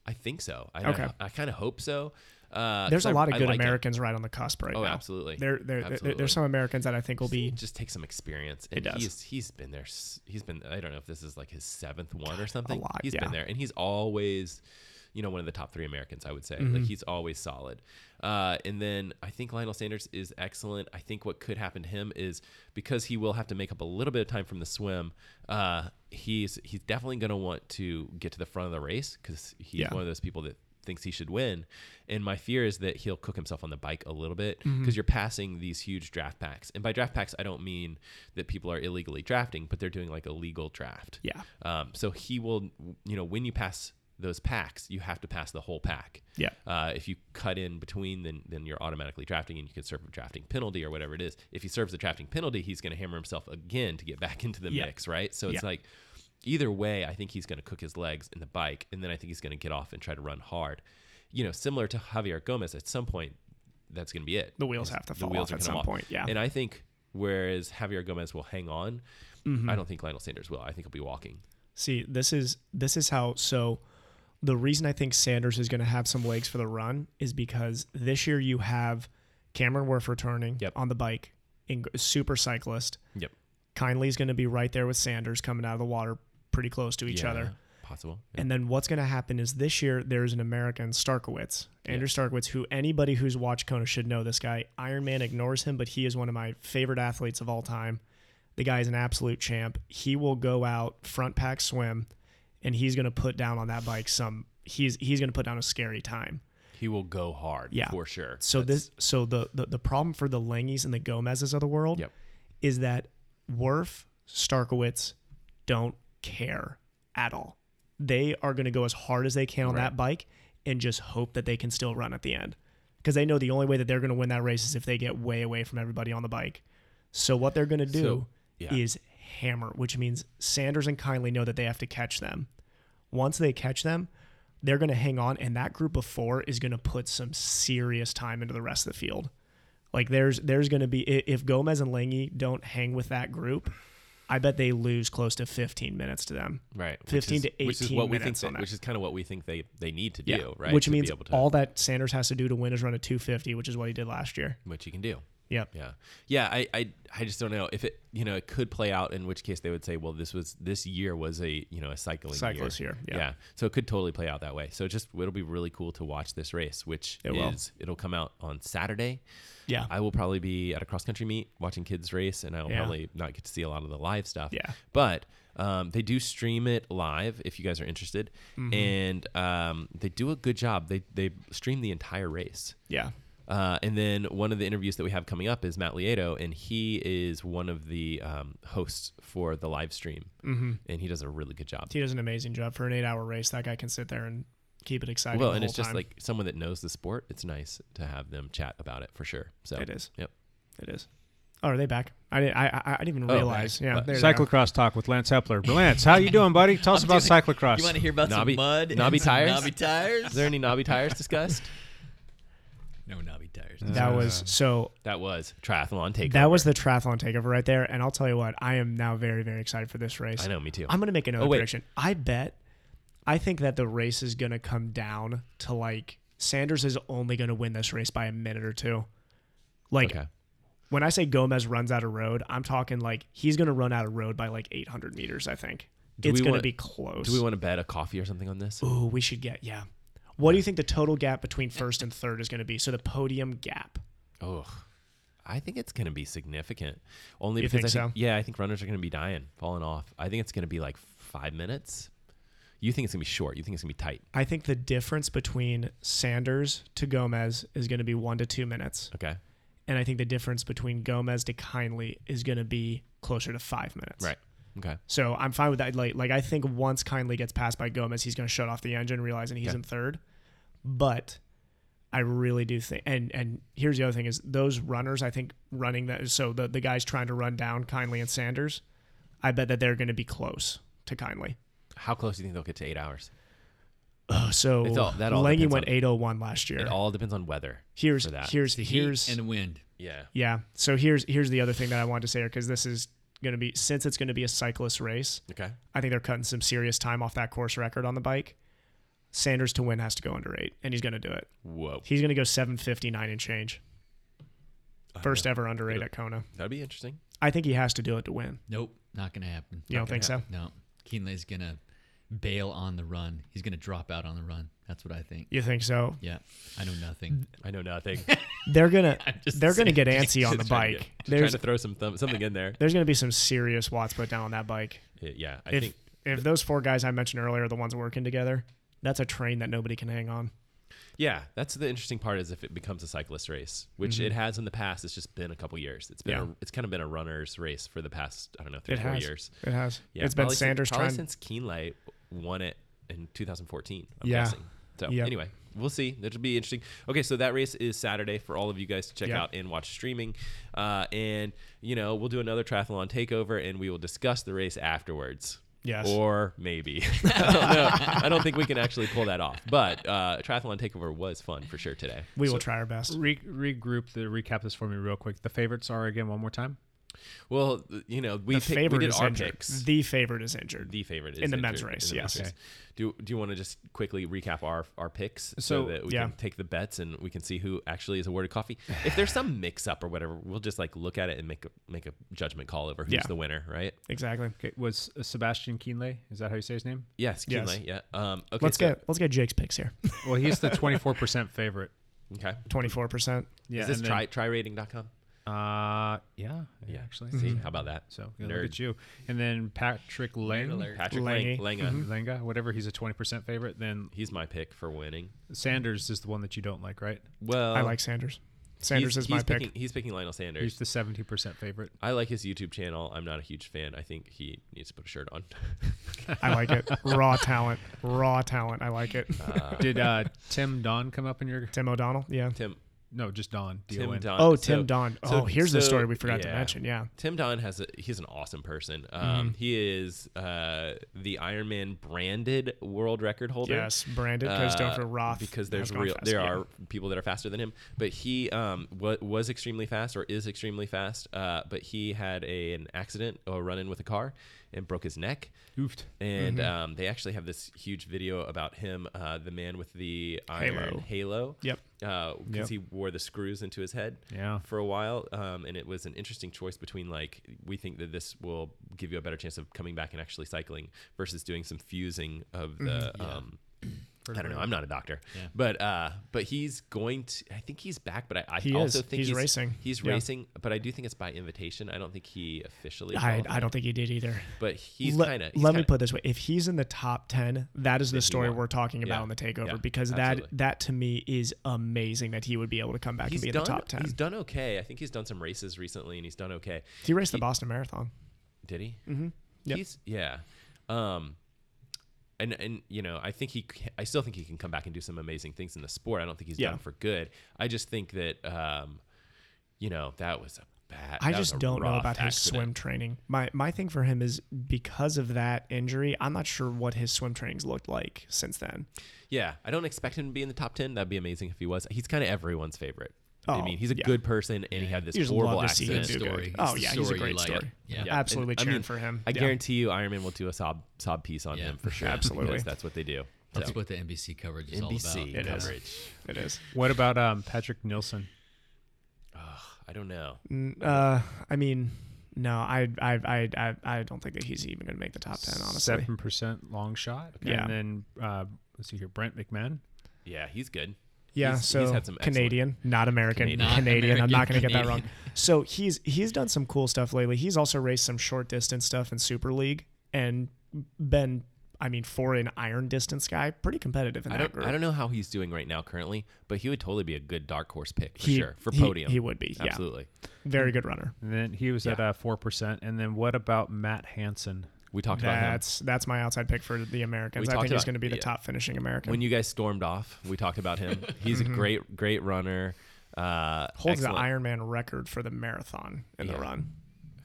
Speaker 9: I think so. I
Speaker 10: Okay.
Speaker 9: I, kind of hope so. Uh,
Speaker 10: There's
Speaker 9: a
Speaker 10: a lot of good Americans right on the cusp right
Speaker 9: Oh,
Speaker 10: now.
Speaker 9: absolutely.
Speaker 10: There, there, there-
Speaker 9: Absolutely.
Speaker 10: there's some Americans that I think will be.
Speaker 9: Just take some experience. And
Speaker 10: does.
Speaker 9: He's, he's been there. s- He's been. I don't know if this is like his seventh one or something.
Speaker 10: lot,
Speaker 9: He's
Speaker 10: yeah.
Speaker 9: been there, and he's always, you know, one of the top three Americans. I would say.
Speaker 10: Mm-hmm.
Speaker 9: Like he's always solid. Uh, and then I think Lionel Sanders is excellent. I think what could happen to him is because he will have to make up a little bit of time from the swim. Uh, he's he's definitely going to want to get to the front of the race because he's
Speaker 10: Yeah.
Speaker 9: one of those people that thinks he should win. And my fear is that he'll cook himself on the bike a little bit because you're passing these huge draft packs. And by draft packs, I don't mean that people are illegally drafting, but they're doing like a legal draft.
Speaker 10: Yeah.
Speaker 9: Um, so he will, you know, when you pass those packs, you have to pass the whole pack.
Speaker 10: Yeah.
Speaker 9: Uh, if you cut in between, then then you're automatically drafting, and you can serve a drafting penalty or whatever it is. If he serves a drafting penalty, he's going to hammer himself again to get back into the
Speaker 10: Yeah.
Speaker 9: mix, right? So it's
Speaker 10: Yeah.
Speaker 9: like either way, I think he's going to cook his legs in the bike, and then I think he's going to get off and try to run hard. You know, similar to Javier Gomez, at some point, that's going to be it.
Speaker 10: The wheels have to fall off
Speaker 9: are
Speaker 10: at
Speaker 9: gonna
Speaker 10: some
Speaker 9: off.
Speaker 10: point, yeah.
Speaker 9: and I think whereas Javier Gomez will hang on,
Speaker 10: Mm-hmm.
Speaker 9: I don't think Lionel Sanders will. I think he'll be walking.
Speaker 10: See, this is this is how. So, the reason I think Sanders is going to have some legs for the run is because this year you have Cameron Worth returning
Speaker 9: Yep.
Speaker 10: on the bike, in, super cyclist.
Speaker 9: Yep.
Speaker 10: Kindly is going to be right there with Sanders coming out of the water, pretty close to each
Speaker 9: Yeah,
Speaker 10: other.
Speaker 9: Possible.
Speaker 10: And then what's going to happen is this year there's an American Starkowitz, Andrew Starkowitz, who anybody who's watched Kona should know. This guy, Iron Man ignores him, but he is one of my favorite athletes of all time. The guy is an absolute champ. He will go out front pack swim, and he's going to put down on that bike some. He's he's going to put down a scary time.
Speaker 9: He will go hard.
Speaker 10: Yeah.
Speaker 9: For sure.
Speaker 10: So
Speaker 9: That's-
Speaker 10: this so the, the the problem for the Langies and the Gomez's of the world
Speaker 9: Yep.
Speaker 10: is that Worf, Starkowitz don't care at all. They are going to go as hard as they can on that bike and just hope that they can still run at the end because they know the only way that they're going to win that race is if they get way away from everybody on the bike. So what they're going to do
Speaker 9: So, yeah.
Speaker 10: is hammer, which means Sanders and Kindly know that they have to catch them. Once they catch them, they're going to hang on, and that group of four is going to put some serious time into the rest of the field. Like there's there's going to be i- if Gomez and Lange don't hang with that group, I bet they lose close to 15 minutes to them.
Speaker 9: right which
Speaker 10: 15
Speaker 9: is-
Speaker 10: to 18
Speaker 9: which is what we
Speaker 10: minutes
Speaker 9: think
Speaker 10: on
Speaker 9: that,
Speaker 10: that.
Speaker 9: which is kind of what we think they they need to do right
Speaker 10: Which
Speaker 9: to be
Speaker 10: means
Speaker 9: able to-
Speaker 10: all that Sanders has to do to win is run a 250, which is what he did last year.
Speaker 9: which you can do
Speaker 10: Yep.
Speaker 9: yeah yeah I, I i just don't know if it you know it could play out in which case they would say well this was this year was a you know a cycling
Speaker 10: Cyclist
Speaker 9: year
Speaker 10: year, yeah.
Speaker 9: so it could totally play out that way so just it'll be really cool to watch this race which
Speaker 10: It will.
Speaker 9: is it'll come out on saturday
Speaker 10: Yeah.
Speaker 9: I will probably be at a cross country meet watching kids race, and I'll
Speaker 10: Yeah.
Speaker 9: probably not get to see a lot of the live stuff.
Speaker 10: Yeah.
Speaker 9: But um, they do stream it live if you guys are interested,
Speaker 10: Mm-hmm.
Speaker 9: and um, they do a good job. They they stream the entire race.
Speaker 10: yeah.
Speaker 9: Uh, and then one of the interviews that we have coming up is Matt Lieto, and he is one of the um, hosts for the live stream, mm-hmm. and he does a really good job.
Speaker 10: He does an amazing job for an eight hour race. That guy can sit there and keep it exciting.
Speaker 9: Well,
Speaker 10: the
Speaker 9: and it's
Speaker 10: whole
Speaker 9: just
Speaker 10: time.
Speaker 9: like someone that knows the sport. It's nice to have them chat about it for sure. So
Speaker 10: It is.
Speaker 9: Yep.
Speaker 10: it is. Oh, are they back? I didn't. I I, I didn't even
Speaker 9: Oh,
Speaker 10: realize.
Speaker 9: back.
Speaker 10: Yeah,
Speaker 9: Uh,
Speaker 10: there they are.
Speaker 7: Cyclocross talk with Lance Hepler. Lance, how you doing, buddy? Tell us
Speaker 8: I'm
Speaker 7: about
Speaker 8: doing-
Speaker 7: cyclocross.
Speaker 8: You want to hear about
Speaker 9: Knobby-
Speaker 8: some mud? and
Speaker 9: knobby
Speaker 8: some
Speaker 9: tires?
Speaker 8: Knobby
Speaker 9: Is
Speaker 8: tires?
Speaker 9: there any knobby tires discussed?
Speaker 8: no knobby tires.
Speaker 10: That was so.
Speaker 9: That was triathlon takeover.
Speaker 10: That was the triathlon takeover right there. And I'll tell you what, I am now very very excited for this race.
Speaker 9: I know, me too.
Speaker 10: I'm gonna make another
Speaker 9: Oh, wait.
Speaker 10: prediction. I bet. I think that the race is gonna come down to like Sanders is only gonna win this race by a minute or two. Like
Speaker 9: okay.
Speaker 10: when I say Gomez runs out of road, I'm talking like he's gonna run out of road by like 800 meters. I think it's
Speaker 9: we
Speaker 10: gonna
Speaker 9: want-
Speaker 10: be close.
Speaker 9: Do we want to bet a coffee or something on this?
Speaker 10: Ooh, we should get yeah. What do you think the total gap between first and third is going to be? So the podium gap.
Speaker 9: Oh, I think it's going to be significant. Only
Speaker 10: You
Speaker 9: because
Speaker 10: think
Speaker 9: I
Speaker 10: so?
Speaker 9: think, yeah, I think runners are going to be dying, falling off. I think it's going to be like five minutes. You think it's going to be short? You think it's going to be tight?
Speaker 10: I think the difference between Sanders to Gomez is going to be one to two minutes,
Speaker 9: Okay.
Speaker 10: and I think the difference between Gomez to Kindly is going to be closer to five minutes.
Speaker 9: Right. Okay.
Speaker 10: So I'm fine with that. Like, like I think once Kindly gets passed by Gomez, he's going to shut off the engine, realizing he's
Speaker 9: Okay.
Speaker 10: in third. But I really do think, and and here's the other thing: is those runners. I think running that. So the the guys trying to run down Kindly and Sanders, I bet that they're going to be close to Kindly.
Speaker 9: How close do you think they'll get to eight hours?
Speaker 10: Oh, so
Speaker 9: It's all- that all
Speaker 10: Lange
Speaker 9: depends
Speaker 10: went
Speaker 9: on-
Speaker 10: 801 last year.
Speaker 9: It all depends on weather.
Speaker 10: here's
Speaker 9: for that.
Speaker 10: here's
Speaker 9: the
Speaker 10: here's
Speaker 8: and wind.
Speaker 9: yeah.
Speaker 10: yeah. So here's here's the other thing that I wanted to say because this is going to be since it's going to be a cyclist race.
Speaker 9: Okay.
Speaker 10: I think they're cutting some serious time off that course record on the bike. Sanders to win has to go under eight, and he's going to do it.
Speaker 9: Whoa.
Speaker 10: He's going to go 759 and change. First ever under eight at Kona.
Speaker 9: That'd be interesting.
Speaker 10: I think he has to do it to win.
Speaker 8: Nope, not gonna happen.
Speaker 10: You don't think so?
Speaker 8: No, Keenley's gonna bail on the run. He's gonna drop out on the run. That's what I think.
Speaker 10: You think so?
Speaker 8: Yeah, I know nothing.
Speaker 9: I know nothing.
Speaker 10: They're gonna
Speaker 8: just
Speaker 10: they're gonna get
Speaker 8: saying.
Speaker 10: antsy on the
Speaker 9: Just trying
Speaker 10: bike.
Speaker 9: to get- just trying
Speaker 10: There's
Speaker 9: to throw some thumb, something in there.
Speaker 10: there's gonna be some serious watts put down on that bike.
Speaker 9: Yeah, I
Speaker 10: If
Speaker 9: think
Speaker 10: if those four guys I mentioned earlier are the ones working together, that's a train that nobody can hang on.
Speaker 9: Yeah, that's the interesting part is if it becomes a cyclist race, which it has in the past. It's just been a couple years. It's been a,
Speaker 10: Mm-hmm. Yeah.
Speaker 9: it's kind of been a runner's race for the past I don't know three
Speaker 10: it
Speaker 9: four
Speaker 10: has.
Speaker 9: years.
Speaker 10: It has.
Speaker 9: Yeah,
Speaker 10: it's been
Speaker 9: probably sin-
Speaker 10: Sanders
Speaker 9: probably
Speaker 10: trying.
Speaker 9: since Keenlight won it in 2014. I'm
Speaker 10: Yeah.
Speaker 9: guessing. So
Speaker 10: Yep.
Speaker 9: anyway, we'll see. That'll be interesting. Okay, so that race is Saturday for all of you guys to check
Speaker 10: Yep.
Speaker 9: out and watch streaming. Uh, and you know we'll do another triathlon takeover, and we will discuss the race afterwards.
Speaker 10: Yes.
Speaker 9: Or maybe. I don't know. I don't think we can actually pull that off. But uh, triathlon takeover was fun for sure today.
Speaker 10: we will try our best.
Speaker 7: Re- regroup the recap this for me real quick. The favorites are again one more time.
Speaker 9: Well, th- you know, we,
Speaker 10: The
Speaker 9: pick-
Speaker 10: favorite
Speaker 9: we did
Speaker 10: is
Speaker 9: our
Speaker 10: injured.
Speaker 9: picks.
Speaker 10: The favorite is injured.
Speaker 9: The favorite is
Speaker 10: In the men's
Speaker 9: injured-
Speaker 10: race,
Speaker 9: in the men's
Speaker 10: yes.
Speaker 9: race. Do Do you want to just quickly recap our our picks
Speaker 7: So-
Speaker 9: so, that we
Speaker 10: Yeah.
Speaker 9: can take the bets and we can see who actually is awarded coffee? If there's some mix up or whatever, we'll just like look at it and make a make a judgment call over who's
Speaker 10: Yeah.
Speaker 9: the winner, right?
Speaker 10: exactly.
Speaker 7: Okay, was uh, Sebastian Keenley? Is that how you say his name?
Speaker 9: Yes,
Speaker 10: Yes.
Speaker 9: Keenly. Yeah. Um. Okay.
Speaker 10: let's
Speaker 9: so-
Speaker 10: get let's get Jake's picks here.
Speaker 7: Well, he's the twenty four percent favorite.
Speaker 9: Okay.
Speaker 10: Twenty four percent.
Speaker 7: Yeah,
Speaker 9: is this
Speaker 7: and
Speaker 9: try
Speaker 7: then-
Speaker 9: tryrating.com?
Speaker 7: Uh, yeah, yeah, actually.
Speaker 10: Mm-hmm.
Speaker 9: See, how about that?
Speaker 7: So yeah, look
Speaker 9: Nerd.
Speaker 7: at you. And then Patrick Lang,
Speaker 9: Patrick Lang,
Speaker 10: Lange. Mm-hmm.
Speaker 9: Langa.
Speaker 7: Lenga, whatever. He's a twenty percent favorite. Then
Speaker 9: He's my pick for winning.
Speaker 7: Sanders is the one that you don't like, right?
Speaker 9: Well,
Speaker 10: I like Sanders. Sanders
Speaker 9: he's-
Speaker 10: is my
Speaker 9: he's
Speaker 10: pick.
Speaker 9: Picking, he's picking Lionel Sanders.
Speaker 7: He's the seventy percent favorite.
Speaker 9: I like his YouTube channel. I'm not a huge fan. I think he needs to put a shirt on.
Speaker 10: I like it. Raw talent. Raw talent. I like it.
Speaker 7: Did uh, Tim Don come up in your?
Speaker 10: Tim O'Donnell. Yeah.
Speaker 9: Tim
Speaker 7: No, just Don.
Speaker 9: Tim
Speaker 7: D-O-N.
Speaker 9: Don.
Speaker 10: Oh,
Speaker 9: So-
Speaker 10: Tim Don.
Speaker 9: so-
Speaker 10: oh, here's the
Speaker 9: so-
Speaker 10: story we forgot
Speaker 9: yeah.
Speaker 10: to mention. Yeah.
Speaker 9: Tim Don has a he's an awesome person.
Speaker 10: Mm-hmm.
Speaker 9: Um, He is uh, the Ironman branded world record holder.
Speaker 10: Yes, branded because
Speaker 9: Uh,
Speaker 10: Dr. Roth.
Speaker 9: because
Speaker 10: has
Speaker 9: there's
Speaker 10: gone
Speaker 9: real
Speaker 10: fast.
Speaker 9: there
Speaker 10: Yeah.
Speaker 9: are people that are faster than him. But he um wa- was extremely fast or is extremely fast. Uh, but he had a, an accident or a run in with a car and broke his neck.
Speaker 7: Oofed.
Speaker 9: And
Speaker 10: Mm-hmm.
Speaker 9: um, they actually have this huge video about him, uh, the man with the iron
Speaker 10: Halo.
Speaker 9: halo.
Speaker 10: Yep.
Speaker 9: Because
Speaker 7: Yep.
Speaker 9: uh, he wore the screws into his head
Speaker 7: Yeah.
Speaker 9: for a while. Um, and it was an interesting choice between, like, we think that this will give you a better chance of coming back and actually cycling versus doing some fusing of the.
Speaker 10: Mm-hmm.
Speaker 9: Um, I don't know. I'm not a doctor, but uh, but he's going to. I think he's back, but I, I
Speaker 10: He
Speaker 9: also
Speaker 10: is.
Speaker 9: think
Speaker 10: He's racing.
Speaker 9: He's
Speaker 10: Yeah.
Speaker 9: racing, but I do think it's by invitation. I don't think he officially.
Speaker 10: I,
Speaker 9: qualified,
Speaker 10: I don't think he did either.
Speaker 9: But he's
Speaker 10: let,
Speaker 9: kind of.
Speaker 10: let me put it this way: if he's in the top ten, that is the story
Speaker 9: won.
Speaker 10: we're talking about
Speaker 9: Yeah.
Speaker 10: on the takeover
Speaker 9: Yeah.
Speaker 10: because
Speaker 9: Absolutely.
Speaker 10: that that to me is amazing that he would be able to come back
Speaker 9: He's
Speaker 10: and be
Speaker 9: done.
Speaker 10: in the top ten.
Speaker 9: He's done okay. I think he's done some races recently, and he's done okay.
Speaker 10: He raced the Boston Marathon.
Speaker 9: Did he? Mm-hmm.
Speaker 10: Yep.
Speaker 9: He's yeah. Um, and and you know, I think he. c- I still think he can come back and do some amazing things in the sport. I don't think he's
Speaker 10: Yeah.
Speaker 9: done for good. I just think that, um, you know, that was a bad.
Speaker 10: I
Speaker 9: that was
Speaker 10: just
Speaker 9: a
Speaker 10: don't know
Speaker 9: rough
Speaker 10: about his
Speaker 9: accident.
Speaker 10: swim training. My my thing for him is because of that injury, I'm not sure what his swim training's looked like since then.
Speaker 9: Yeah, I don't expect him to be in the top ten. That'd be amazing if he was. He's kind of everyone's favorite. I
Speaker 10: Oh,
Speaker 9: mean, he's a
Speaker 10: yeah.
Speaker 9: good person, and he had this
Speaker 10: You just
Speaker 9: horrible
Speaker 10: love to see him
Speaker 9: accident.
Speaker 10: do
Speaker 8: Story.
Speaker 10: good.
Speaker 8: It's
Speaker 10: Oh
Speaker 8: the
Speaker 10: yeah, he's a
Speaker 8: story
Speaker 10: great
Speaker 8: you like.
Speaker 10: story.
Speaker 8: Yeah. Yeah.
Speaker 10: Absolutely
Speaker 9: And, I
Speaker 10: cheering
Speaker 9: mean,
Speaker 10: for him.
Speaker 9: I
Speaker 10: Yeah.
Speaker 9: guarantee you, Iron Man will do a sob sob piece on
Speaker 8: Yeah.
Speaker 9: him for sure.
Speaker 10: Absolutely.
Speaker 9: because that's what they do.
Speaker 8: That's
Speaker 9: So,
Speaker 8: what the NBC coverage is all about.
Speaker 9: NBC
Speaker 10: Oh, It is.
Speaker 9: coverage.
Speaker 10: It is.
Speaker 7: What about um, Patrick Nilsson?
Speaker 9: I don't know.
Speaker 10: Uh, I mean, no, I I I I, I don't think that he's even going to make the top ten. Honestly,
Speaker 7: Seven percent long shot.
Speaker 10: Yeah.
Speaker 7: And then uh, let's see here, Brent McMahon.
Speaker 9: Yeah, he's good.
Speaker 10: yeah.
Speaker 9: he's- he's
Speaker 10: so
Speaker 9: had some excellent-
Speaker 10: Canadian, not American,
Speaker 8: Canadian. Not
Speaker 10: Canadian. I'm not going to get that wrong.
Speaker 8: American,
Speaker 10: So he's he's done some cool stuff lately. He's also raced some short distance stuff in Super League and been, I mean, for an iron distance guy, pretty competitive in
Speaker 9: I
Speaker 10: that
Speaker 9: don't,
Speaker 10: group.
Speaker 9: I don't know how he's doing right now currently, but he would totally be a good dark horse pick for
Speaker 10: He-
Speaker 9: sure for
Speaker 10: he-
Speaker 9: podium.
Speaker 10: he would be, yeah.
Speaker 9: absolutely.
Speaker 10: Very good runner.
Speaker 7: And then he was at uh, four percent. And then what about Matt Hansen?
Speaker 9: We talked about him
Speaker 10: That's that's my outside pick for the Americans.
Speaker 9: We
Speaker 10: I
Speaker 9: talked
Speaker 10: think he's
Speaker 9: about-
Speaker 10: going to be the
Speaker 9: yeah.
Speaker 10: top finishing American.
Speaker 9: when you guys stormed off. We talked about him. He's a great, great runner. Uh,
Speaker 10: Mm-hmm. holds
Speaker 9: excellent-
Speaker 10: the Ironman record for the marathon in the
Speaker 9: Yeah.
Speaker 10: run.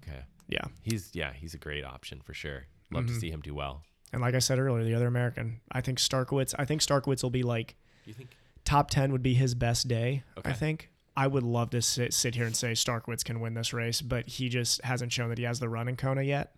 Speaker 9: Okay,
Speaker 10: Yeah. Mm-hmm.
Speaker 9: he's yeah, he's a great option for sure. Love to see him do well.
Speaker 10: And like I said earlier, the other American, I think Starkowitz. I think Starkowitz will be like
Speaker 9: You think?
Speaker 10: top ten would be his best day. I
Speaker 9: Okay.
Speaker 10: think. I would love to sit sit here and say Starkowitz can win this race, but he just hasn't shown that he has the run in Kona yet.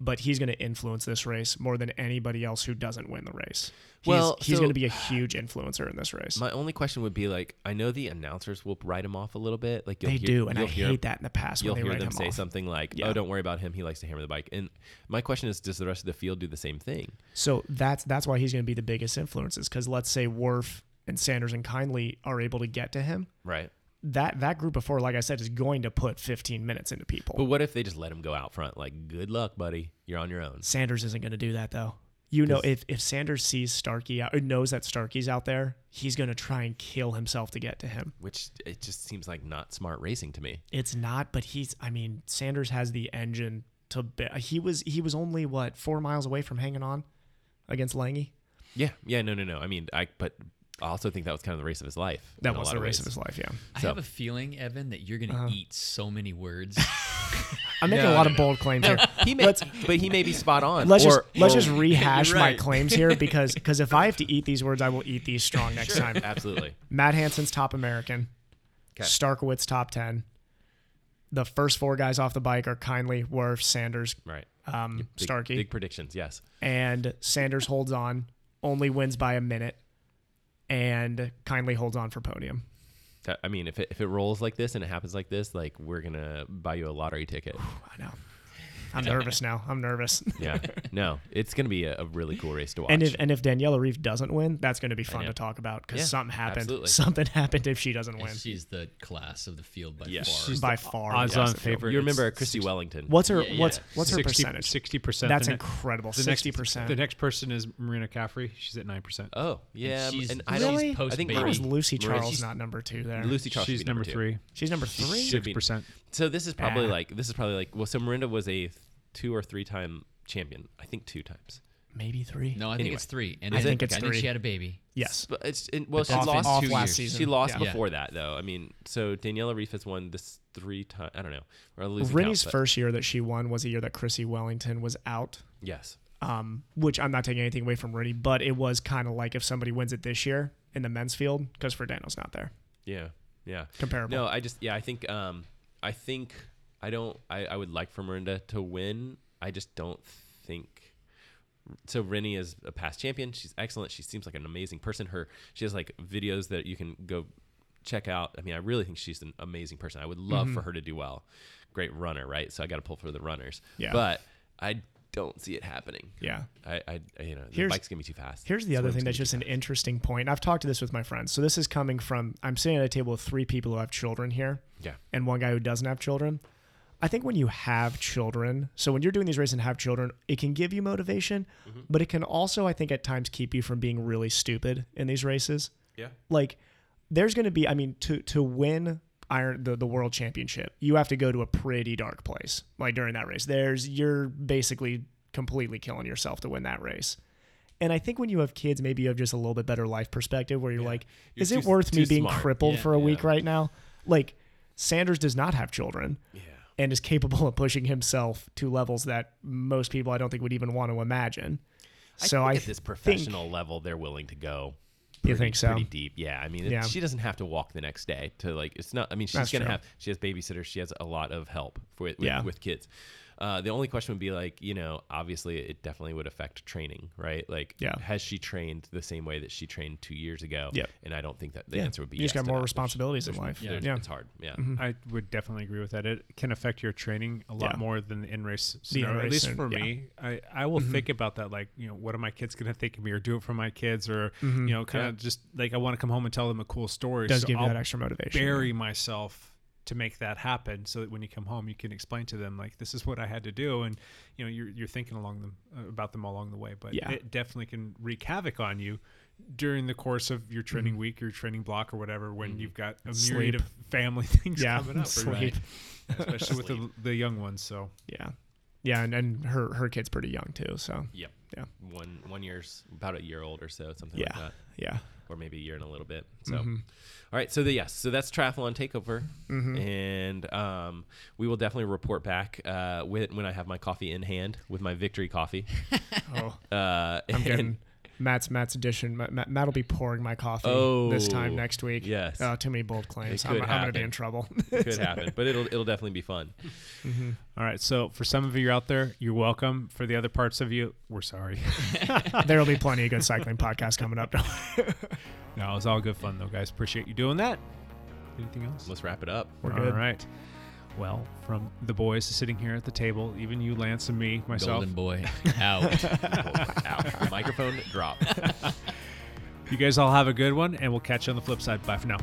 Speaker 10: But he's going to influence this race more than anybody else who doesn't win the race. He's,
Speaker 9: Well,
Speaker 10: he's
Speaker 9: so-
Speaker 10: going to be a huge influencer in this race.
Speaker 9: My only question would be like, I know the announcers will write him off a little bit. Like you'll
Speaker 10: they
Speaker 9: hear-
Speaker 10: do, and I
Speaker 9: you'll hear-
Speaker 10: hate that in the past when
Speaker 9: You'll
Speaker 10: they
Speaker 9: hear
Speaker 10: write
Speaker 9: them
Speaker 10: him
Speaker 9: say
Speaker 10: off.
Speaker 9: something like,
Speaker 10: Yeah.
Speaker 9: "Oh, don't worry about him. He likes to hammer the bike." And my question is, does the rest of the field do the same thing?
Speaker 10: So that's that's why he's going to be the biggest influences. Because let's say Worf and Sanders and Kindly are able to get to him.
Speaker 9: Right.
Speaker 10: That that group before, like I said, is going to put 15 minutes into people.
Speaker 9: But what if they just let him go out front? Like, good luck, buddy. You're on your own.
Speaker 10: Sanders isn't going to do that though. You know, if if Sanders sees Starkey out, or knows that Starkey's out there, he's going to try and kill himself to get to him.
Speaker 9: Which it just seems like not smart racing to me.
Speaker 10: It's not, but he's. I mean, Sanders has the engine to. Be, he was he was only what four miles away from hanging on against Lange.
Speaker 9: Yeah. Yeah. No. No. No. I mean, I but I also think that was kind of the race of his life.
Speaker 10: That
Speaker 9: in a
Speaker 10: was
Speaker 9: lot
Speaker 10: the race
Speaker 9: ways.
Speaker 10: of his life. Yeah,
Speaker 8: I
Speaker 9: So-
Speaker 8: have a feeling, Evan, that you're going to eat so many words.
Speaker 10: I'm making a lot of bold claims here.
Speaker 9: He may, but he may be spot on.
Speaker 10: Let's
Speaker 9: or,
Speaker 10: just let's
Speaker 9: or-
Speaker 10: just rehash
Speaker 8: You're
Speaker 10: my
Speaker 8: right.
Speaker 10: claims here because because if I have to eat these words, I will eat these strong next time.
Speaker 9: absolutely.
Speaker 10: Matt Hansen's top American, Starkowitz top ten. The first four guys off the bike are kindly Worf, Sanders,
Speaker 9: Right.
Speaker 10: um,
Speaker 9: Big-
Speaker 10: Starkey,
Speaker 9: Big predictions. Yes.
Speaker 10: and Sanders holds on, only wins by a minute, and kindly holds on for podium.
Speaker 9: That- I mean, if it, if it rolls like this and it happens like this, like we're gonna buy you a lottery ticket.
Speaker 10: I know. I'm nervous now. I'm nervous.
Speaker 9: Yeah. No, it's gonna be a, a really cool race to watch.
Speaker 10: And if and if Daniela Reeve doesn't win, that's going to be fun
Speaker 9: know.
Speaker 10: to talk about because
Speaker 9: Yeah,
Speaker 10: something happened.
Speaker 9: absolutely.
Speaker 10: Something happened if she doesn't win.
Speaker 8: She's the class of the field by
Speaker 9: Yes.
Speaker 8: far.
Speaker 7: She's
Speaker 10: by
Speaker 7: the
Speaker 10: far
Speaker 7: odds-on
Speaker 10: yes.
Speaker 7: favorite.
Speaker 9: you remember
Speaker 7: It's
Speaker 9: Christy Wellington?
Speaker 10: What's her
Speaker 8: Yeah,
Speaker 10: what's
Speaker 8: yeah.
Speaker 10: what's her
Speaker 7: 60
Speaker 10: percentage?
Speaker 7: Sixty percent.
Speaker 10: That's incredible. Sixty percent.
Speaker 7: The next person is Marina Caffrey. She's at nine percent.
Speaker 9: Oh yeah,
Speaker 8: she's-
Speaker 9: and I
Speaker 8: Really?
Speaker 9: don't. I think
Speaker 8: Post-baby.
Speaker 10: Why was
Speaker 9: Marie-
Speaker 10: Lucy
Speaker 9: Marie-
Speaker 10: Charles
Speaker 9: she's-
Speaker 10: not number two there?
Speaker 9: Lucy Charles. should
Speaker 7: She's
Speaker 9: be number,
Speaker 7: number three.
Speaker 10: She's number three.
Speaker 9: should be-
Speaker 7: 6%.
Speaker 9: So this is probably
Speaker 10: Ah.
Speaker 9: like this is probably like well, so Miranda was a two or three time champion. I think two times.
Speaker 10: Maybe three.
Speaker 8: No, I think
Speaker 9: Anyway.
Speaker 8: it's three. And
Speaker 10: I think it's
Speaker 8: I think
Speaker 10: three.
Speaker 8: she had a baby.
Speaker 10: Yes.
Speaker 9: But it's and, well, she
Speaker 8: that's
Speaker 9: lost
Speaker 10: off
Speaker 9: two
Speaker 10: last
Speaker 9: years.
Speaker 10: season.
Speaker 9: She lost
Speaker 10: Yeah.
Speaker 8: Yeah.
Speaker 9: before that though. I mean, so Daniela Reef has won this three times. I don't know. We're losing
Speaker 10: Rennie's
Speaker 9: count, but-
Speaker 10: first year that she won was a year that Chrissy Wellington was out.
Speaker 9: Yes.
Speaker 10: Um, which I'm not taking anything away from Rennie, but it was kind of like if somebody wins it this year in the men's field because Ferdinand's not there.
Speaker 9: Yeah. Yeah.
Speaker 10: Comparable.
Speaker 9: No, I just yeah, I think um I think I don't I, I would like for Miranda to win. I just don't think so Rennie is a past champion. She's excellent. She seems like an amazing person. Her she has like videos that you can go check out. I mean, I really think she's an amazing person. I would love
Speaker 10: Mm-hmm.
Speaker 9: for her to do well. Great runner, right? So I got to pull for the runners.
Speaker 10: Yeah.
Speaker 9: But I don't see it happening.
Speaker 10: Yeah.
Speaker 9: I, I I- you know, the
Speaker 10: Here's-
Speaker 9: bike's going to be too fast.
Speaker 10: Here's the other
Speaker 9: Swim's
Speaker 10: thing
Speaker 9: gonna
Speaker 10: that's
Speaker 9: be
Speaker 10: just
Speaker 9: too
Speaker 10: an
Speaker 9: fast.
Speaker 10: interesting point. and I've talked to this with my friends. So this is coming from I'm sitting at a table with three people who have children here.
Speaker 9: Yeah.
Speaker 10: And one guy who doesn't have children. I think when you have children, so when you're doing these races and have children, it can give you motivation, but it can also, I think, at times keep you from being really stupid in these races.
Speaker 9: Yeah.
Speaker 10: Like, there's going to be, I mean, to to win iron the, the world championship, you have to go to a pretty dark place. Like during that race, there's you're basically completely killing yourself to win that race. And I think when you have kids, maybe you have just a little bit better life perspective where you're like,
Speaker 9: You're
Speaker 10: is it
Speaker 9: too-
Speaker 10: worth me
Speaker 9: too
Speaker 10: being
Speaker 9: smart.
Speaker 10: crippled
Speaker 8: Yeah,
Speaker 10: for a
Speaker 9: yeah.
Speaker 10: week right now? Like, Sanders does not have children and is capable of pushing himself to levels that most people I don't think would even want to imagine. so
Speaker 9: think
Speaker 10: I
Speaker 9: at this
Speaker 10: think-
Speaker 9: professional level, they're willing to go.
Speaker 10: You think so?
Speaker 9: Pretty deep, yeah. I mean, it-
Speaker 10: Yeah.
Speaker 9: she doesn't have to walk the next day to like. It's not. I mean, she's
Speaker 10: That's
Speaker 9: gonna
Speaker 10: true.
Speaker 9: have. She has babysitters. She has a lot of help for, with,
Speaker 10: Yeah.
Speaker 9: with kids. Uh, the only question would be like, you know, obviously it definitely would affect training, right? Like,
Speaker 10: Yeah.
Speaker 9: has she trained the same way that she trained two years ago?
Speaker 10: Yep.
Speaker 9: And I don't think that the
Speaker 10: Yeah.
Speaker 9: answer would be.
Speaker 10: You just
Speaker 9: yes
Speaker 10: got
Speaker 9: to
Speaker 10: more
Speaker 9: that.
Speaker 10: responsibilities in life.
Speaker 9: There's-
Speaker 10: Yeah. Mm-hmm.
Speaker 9: It's hard. Yeah.
Speaker 7: I would definitely agree with that. It can affect your training a lot
Speaker 10: Yeah.
Speaker 7: more than the in race scenario. At
Speaker 10: in-race
Speaker 7: least
Speaker 10: and-
Speaker 7: for
Speaker 10: yeah. Mm-hmm.
Speaker 7: me, I, I will think about that. Like, you know, what are my kids going to think of me or do it for my kids or, you know, kind of just like I want to come home and tell them a cool story.
Speaker 10: Mm-hmm. Does
Speaker 7: so
Speaker 10: give you
Speaker 7: I'll
Speaker 10: that extra motivation, yeah.
Speaker 7: Bury myself to make that happen so that when you come home, you can explain to them, like, this is what I had to do. And, you know, you're, you're thinking along them uh, about them along the way. But
Speaker 10: Yeah.
Speaker 7: it definitely can wreak havoc on you. During the course of your training week, your training block, or whatever, when you've got a myriad
Speaker 10: Mm-hmm. Sleep.
Speaker 7: of family things
Speaker 10: Yeah.
Speaker 7: coming up,
Speaker 10: Sleep.
Speaker 7: right? especially with the, the young ones. So
Speaker 10: Yeah. Yeah, and, and her her kid's pretty young too, so
Speaker 9: Yep.
Speaker 10: yeah.
Speaker 9: one one year's about a year old or so, something like
Speaker 10: Yeah,
Speaker 9: that.
Speaker 10: yeah.
Speaker 9: Or maybe a year and a little bit. So,
Speaker 7: Mm-hmm.
Speaker 9: all right. So the yes, so that's triathlon takeover,
Speaker 7: Mm-hmm.
Speaker 9: and um, we will definitely report back uh, when when I have my coffee in hand with my victory coffee.
Speaker 10: Oh,
Speaker 9: Uh,
Speaker 10: I'm
Speaker 9: and-
Speaker 10: getting Matt's Matt's edition. Matt, Matt, Matt'll be pouring my coffee this
Speaker 9: Oh,
Speaker 10: time next week.
Speaker 9: yes.
Speaker 10: Oh, too many bold claims.
Speaker 9: It
Speaker 10: I'm,
Speaker 9: could
Speaker 10: I'm gonna be
Speaker 9: happen.
Speaker 10: in trouble.
Speaker 9: could happen, but it'll it'll definitely be fun.
Speaker 7: Mm-hmm. All right. So for some of you out there, you're welcome. For the other parts of you, we're sorry.
Speaker 10: There'll be plenty of good cycling podcasts coming up.
Speaker 7: no, it was all good fun though, guys. Appreciate you doing that. Anything else?
Speaker 9: Let's wrap it up.
Speaker 10: We're
Speaker 7: All
Speaker 10: good.
Speaker 7: right. Well, from the boys sitting here at the table, even you, Lance, and me, myself,
Speaker 8: Golden boy out.
Speaker 9: Ow. The microphone dropped.
Speaker 7: you guys all have a good one, and we'll catch you on the flip side. Bye for now.